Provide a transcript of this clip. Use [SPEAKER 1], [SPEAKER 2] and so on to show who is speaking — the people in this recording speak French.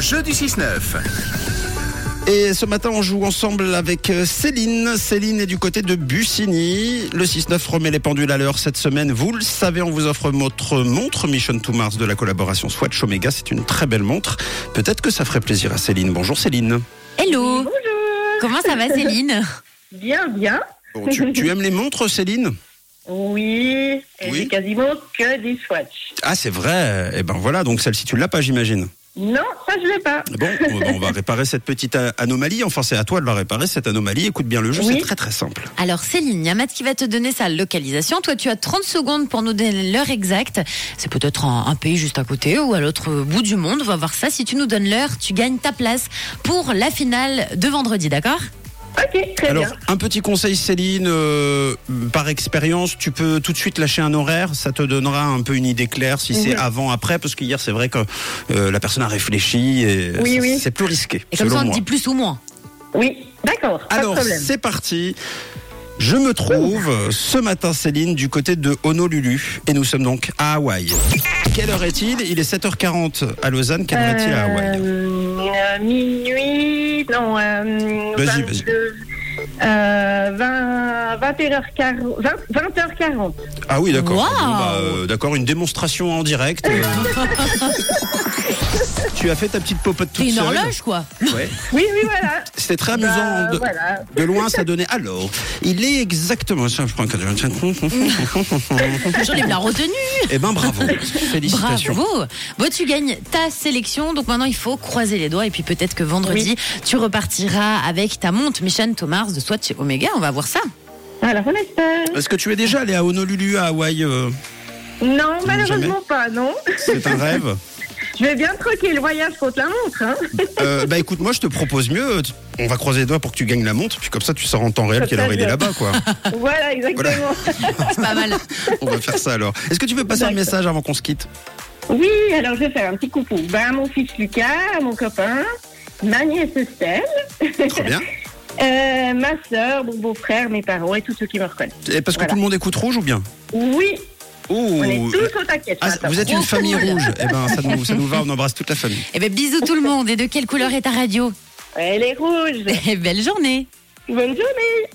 [SPEAKER 1] jeu du 6-9.
[SPEAKER 2] Et ce matin, on joue ensemble avec euh, Céline. Céline est du côté de Bussigny. Le 6-9 remet les pendules à l'heure cette semaine. Vous le savez, on vous offre notre montre Mission to Mars de la collaboration Swatch Omega. C'est une très belle montre. Peut-être que ça ferait plaisir à Céline. Bonjour Céline.
[SPEAKER 3] Hello
[SPEAKER 4] Bonjour.
[SPEAKER 3] Comment ça va Céline
[SPEAKER 4] Bien, bien.
[SPEAKER 2] Bon, tu, tu aimes les montres, Céline
[SPEAKER 4] Oui. Et
[SPEAKER 2] Oui.
[SPEAKER 4] J'ai quasiment que des swatchs.
[SPEAKER 2] Ah, c'est vrai. Eh ben voilà, donc celle-ci, tu l'as pas, j'imagine.
[SPEAKER 4] Non, ça je l'ai pas.
[SPEAKER 2] Bon, on va- on va réparer cette petite a- anomalie. Enfin, c'est à toi de la réparer, cette anomalie. Écoute bien le jeu,
[SPEAKER 4] Oui.
[SPEAKER 2] c'est très très simple.
[SPEAKER 3] Alors Céline, il y a Matt qui va te donner sa localisation. Toi, tu as 30 secondes pour nous donner l'heure exacte. C'est peut-être un, un pays juste à côté ou à l'autre bout du monde. On va voir ça. Si tu nous donnes l'heure, tu gagnes ta place pour la finale de vendredi, d'accord
[SPEAKER 4] Ok, très
[SPEAKER 2] Alors,
[SPEAKER 4] bien.
[SPEAKER 2] un petit conseil, Céline, euh, par expérience, tu peux tout de suite lâcher un horaire. Ça te donnera un peu une idée claire si
[SPEAKER 4] Mhm.
[SPEAKER 2] c'est avant, après, parce qu'hier, c'est vrai que euh, la personne a réfléchi et
[SPEAKER 4] Oui,
[SPEAKER 2] c'est-
[SPEAKER 4] oui.
[SPEAKER 2] c'est plus risqué,
[SPEAKER 3] Et comme
[SPEAKER 2] selon
[SPEAKER 3] ça, on
[SPEAKER 2] moi.
[SPEAKER 3] te dit plus ou moins.
[SPEAKER 4] Oui, d'accord, pas de
[SPEAKER 2] Alors,
[SPEAKER 4] problème.
[SPEAKER 2] c'est parti. Je me trouve euh, ce matin, Céline, du côté de Honolulu, et nous sommes donc à Hawaï. Quelle heure est-il Il est 7h40 à Lausanne. Quelle heure est-il à Hawaï
[SPEAKER 4] Euh, euh, Minuit, non, euh,
[SPEAKER 2] Vas-y,
[SPEAKER 4] 22, euh, 20, 20h40, 20, 20h40.
[SPEAKER 2] Ah oui, d'accord.
[SPEAKER 3] Waouh
[SPEAKER 2] Bon, bah, euh, d'accord, une démonstration en direct. euh. tu as fait ta petite popote toute
[SPEAKER 3] C'est une
[SPEAKER 2] seule.
[SPEAKER 3] horloge, quoi.
[SPEAKER 2] Ouais.
[SPEAKER 4] Oui, oui, voilà.
[SPEAKER 2] C'était très
[SPEAKER 4] Bah,
[SPEAKER 2] amusant. de...
[SPEAKER 4] voilà.
[SPEAKER 2] de loin, ça donnait. Alors, il est exactement. Tiens, je prends
[SPEAKER 3] J'enlève la retenue.
[SPEAKER 2] Eh ben, bravo. Félicitations.
[SPEAKER 3] Bravo. Bon, tu gagnes ta sélection. Donc maintenant, il faut croiser les doigts. Et puis peut-être que vendredi, tu repartiras avec ta montre Mission Thomas de Swatch Omega. On va voir ça.
[SPEAKER 4] Alors, on espère.
[SPEAKER 2] Est-ce que tu es déjà allé à Honolulu, à Hawaï euh,
[SPEAKER 4] Non, malheureusement pas, non.
[SPEAKER 2] C'est un rêve.
[SPEAKER 4] Je vais bien troquer le voyage contre la montre. Hein.
[SPEAKER 2] Euh, bah écoute, moi je te propose mieux. On va croiser les doigts pour que tu gagnes la montre. Puis comme ça, tu sors en temps réel
[SPEAKER 4] Comme
[SPEAKER 2] quelle
[SPEAKER 4] ça,
[SPEAKER 2] heure il
[SPEAKER 4] je-
[SPEAKER 2] est là-bas, quoi.
[SPEAKER 4] voilà, exactement.
[SPEAKER 3] C'est pas mal.
[SPEAKER 2] On va faire ça alors. Est-ce que tu veux passer un
[SPEAKER 4] D'accord.
[SPEAKER 2] message avant qu'on se quitte
[SPEAKER 4] Oui, alors je vais faire un petit coucou ben, à mon fils Lucas, à mon copain, ma nièce Estelle,
[SPEAKER 2] Très bien.
[SPEAKER 4] euh, ma soeur, mon beau-frère, mes parents et tous ceux qui me reconnaissent.
[SPEAKER 2] Et parce que
[SPEAKER 4] Voilà.
[SPEAKER 2] tout le monde écoute rouge ou bien
[SPEAKER 4] Oui,
[SPEAKER 2] Oh
[SPEAKER 4] on est tous au taquet. ce
[SPEAKER 2] Ah,
[SPEAKER 4] matin.
[SPEAKER 2] vous êtes une
[SPEAKER 3] Trop
[SPEAKER 2] famille
[SPEAKER 3] cool.
[SPEAKER 2] rouge. Eh ben, ça nous, ça nous va, on embrasse toute la famille.
[SPEAKER 3] Eh bien, bisous tout le monde. Et de quelle couleur est ta radio
[SPEAKER 4] Elle est rouge.
[SPEAKER 3] Eh, Belle journée.
[SPEAKER 4] Bonne journée.